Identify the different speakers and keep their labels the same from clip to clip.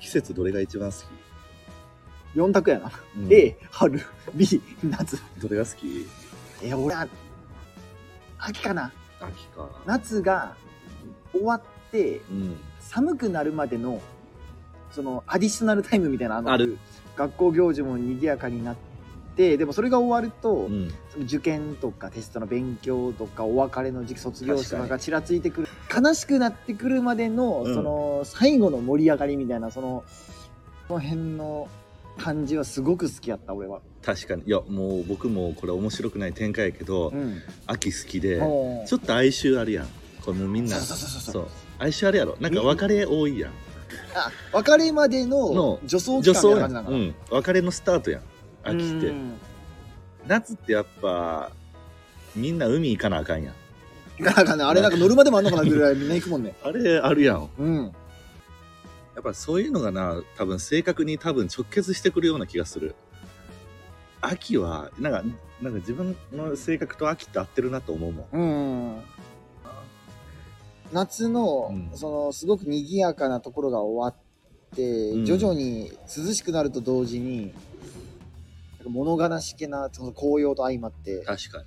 Speaker 1: 季節どれが一番好き
Speaker 2: 4択やな。
Speaker 1: うん
Speaker 2: A、春、B、夏。
Speaker 1: どれが好き
Speaker 2: え、俺は、秋かな。
Speaker 1: 秋か。
Speaker 2: 夏が終わって、
Speaker 1: うん。
Speaker 2: 寒くなるまでの、その、アディショナルタイムみたいなの
Speaker 1: ある。
Speaker 2: 学校行事も賑やかになって、でもそれが終わると、
Speaker 1: うん。
Speaker 2: その受験とかテストの勉強とかお別れの時期卒業式とかがちらついてくる悲しくなってくるまでの、
Speaker 1: うん
Speaker 2: その最後の盛り上がりみたいなそのこの辺の感じはすごく好きやった俺は、
Speaker 1: 確かに。いや、もう僕もこれ面白くない展開やけど、
Speaker 2: うん、
Speaker 1: 秋好きで、
Speaker 2: もう
Speaker 1: ちょっと哀愁あるやん。これもうみんな、
Speaker 2: そうそうそうそう
Speaker 1: そう。哀愁あるやろ。なんか別れ多いやん。
Speaker 2: あ別れまでの
Speaker 1: の
Speaker 2: 女装期
Speaker 1: 女
Speaker 2: 間み
Speaker 1: 装
Speaker 2: たいな
Speaker 1: や
Speaker 2: 感
Speaker 1: ん。
Speaker 2: じ
Speaker 1: うん。
Speaker 2: だから、
Speaker 1: 別れのスタートやん。秋って
Speaker 2: う。ん
Speaker 1: 夏ってやっぱ、みんな海行かなあかんやん。
Speaker 2: なんかねあれなんか乗るまでもあんのかなぐらいみ んな行くもんね
Speaker 1: あれあるやん。
Speaker 2: うん
Speaker 1: やっぱそういうのがな、多分正確に多分直結してくるような気がする。秋は、なんか、なんか自分の性格と秋って合ってるなと思うもん。
Speaker 2: うん夏の、
Speaker 1: うん
Speaker 2: そのすごく賑やかなところが終わって、
Speaker 1: ん
Speaker 2: 徐々に涼しくなると同時になんか物悲しげなその紅葉と相まって
Speaker 1: 確か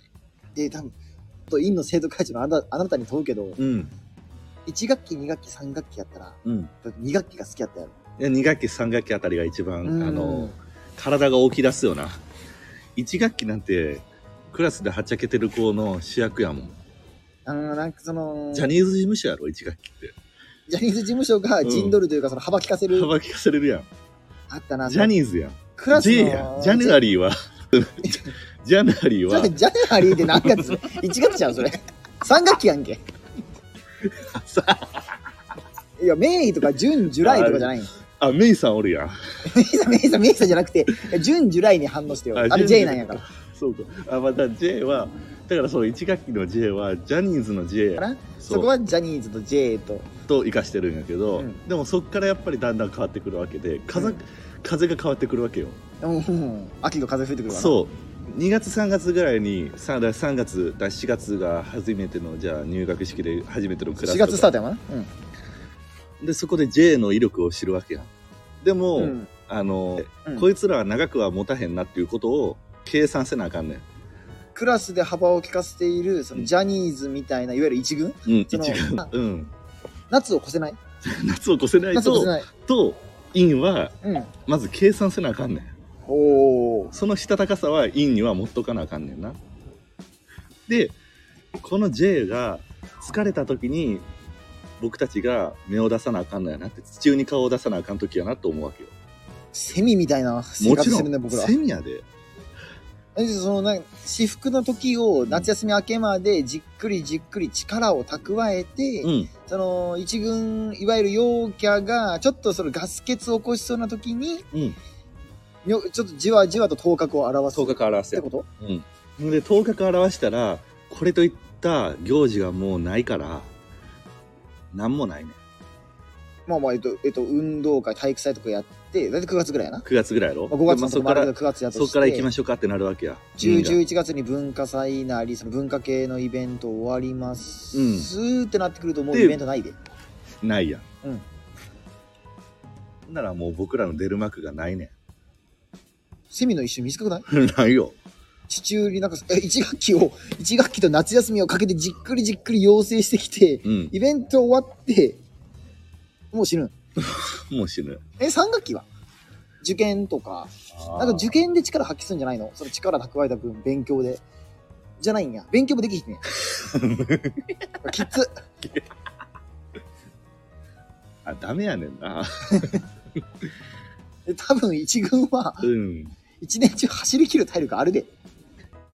Speaker 2: で多分と院の生徒会長のあなあなたに問うけど
Speaker 1: に。うん。
Speaker 2: 1学期2学期3学期やったら
Speaker 1: うん。
Speaker 2: 2学期が好きやったやろ、
Speaker 1: 2学期、3学期あたりが一番、
Speaker 2: うん
Speaker 1: あの、体が起き出すよな。1学期なんて、クラスではっちゃけてる子の主役やもん。
Speaker 2: あのなんかその
Speaker 1: ジャニーズ事務所やろ、1学期って。
Speaker 2: ジャニーズ事務所が陣取るというか、その幅利かせる、
Speaker 1: 幅利かされるやん。
Speaker 2: あったな
Speaker 1: ジャニーズやん。
Speaker 2: クラスの
Speaker 1: J やん。ジャネラリー は、ジャネラリー
Speaker 2: そ
Speaker 1: は
Speaker 2: れ、ジャネラリーって何月 ?1 月じゃん、それ。3学期やんけ。
Speaker 1: さ
Speaker 2: いや、メイとかジュン、ジュライとかじゃないん。
Speaker 1: あ、メイさんおるやん。
Speaker 2: メイさん、メイさん、メイさんじゃなくて、ジュン、ジュライに反応してよ。
Speaker 1: あ
Speaker 2: あれ J なんやから。
Speaker 1: そうか。あ、また J は、だからその1学期の J は、ジャニーズの J
Speaker 2: かな
Speaker 1: そ
Speaker 2: そうこはジャニーズと J と。
Speaker 1: と生かしてるんやけど、
Speaker 2: うん
Speaker 1: でもそっからやっぱりだんだん変わってくるわけで、風、
Speaker 2: うん
Speaker 1: 風が変わってくるわけよ。
Speaker 2: うん、秋の風吹いてくるわな。う。
Speaker 1: そう。2月3月ぐらいに 3, 3月だ4月が初めてのじゃあ入学式で初めてのクラスと
Speaker 2: 4
Speaker 1: か
Speaker 2: 月スタートやもんな。うん
Speaker 1: でそこで J の威力を知るわけやんでも、
Speaker 2: うん。
Speaker 1: あの、
Speaker 2: うん
Speaker 1: こいつらは長くは持たへんなっていうことを計算せなあかんねん
Speaker 2: クラスで幅を利かせている、そうの
Speaker 1: ん
Speaker 2: ジャニーズみたいな、いわゆる一軍
Speaker 1: うん一
Speaker 2: その
Speaker 1: 軍
Speaker 2: あ
Speaker 1: うん
Speaker 2: 夏を越せない
Speaker 1: 夏を越せない
Speaker 2: 夏を越せ
Speaker 1: と
Speaker 2: ない。
Speaker 1: と陰は
Speaker 2: うん。
Speaker 1: まず計算せなあかんねん
Speaker 2: おー。
Speaker 1: そのしたたかさは陰には持っとかなあかんねんなでこの J が疲れた時に僕たちが目を出さなあかんのやなって地中に顔を出さなあかん時やなと思うわけよ
Speaker 2: セミみたいな生
Speaker 1: もち
Speaker 2: 活し
Speaker 1: ろ
Speaker 2: てるね、
Speaker 1: ん
Speaker 2: 僕ら。
Speaker 1: セミやで
Speaker 2: えそのなんか私服の時を夏休み明けまでじっくりじっくり力を蓄えて、
Speaker 1: うん
Speaker 2: その一軍いわゆる陽キャがちょっとそのガス欠を起こしそうな時に
Speaker 1: うん
Speaker 2: よちょっとじわじわと頭角を表すっ
Speaker 1: 頭角表せ
Speaker 2: てこと
Speaker 1: うんで頭角表したらこれといった行事がもうないからなんもないね
Speaker 2: まあまあえっと、えっと、運動会体育祭とかやって大体9月ぐらいやな、
Speaker 1: 9月ぐらいやろ
Speaker 2: まあ、5月
Speaker 1: ま
Speaker 2: の
Speaker 1: あそ
Speaker 2: と
Speaker 1: っ
Speaker 2: か
Speaker 1: から
Speaker 2: 9月やとし
Speaker 1: そ
Speaker 2: て
Speaker 1: こから行きましょうかってなるわけや。
Speaker 2: 10、11月に文化祭なりその文化系のイベント終わります、ってなってくるともう
Speaker 1: で
Speaker 2: イベントないで
Speaker 1: ないやん。
Speaker 2: うん
Speaker 1: ほんならもう僕らの出る幕がないね
Speaker 2: セミの一瞬短くない
Speaker 1: ん。 ないよ。
Speaker 2: 地中になんか、え、一学期を、一学期と夏休みをかけてじっくりじっくり養成してきて、
Speaker 1: うん。
Speaker 2: イベント終わって、もう死ぬ。
Speaker 1: もう死ぬ。
Speaker 2: え、三学期は受験とか、なんか受験で力発揮するんじゃないのその力蓄えた分、勉強で。じゃないんや。勉強もできひんねん。きつ。
Speaker 1: あ、ダメやねんな。
Speaker 2: で多分一軍は、
Speaker 1: うん。
Speaker 2: 一年中走り切る体力あるで。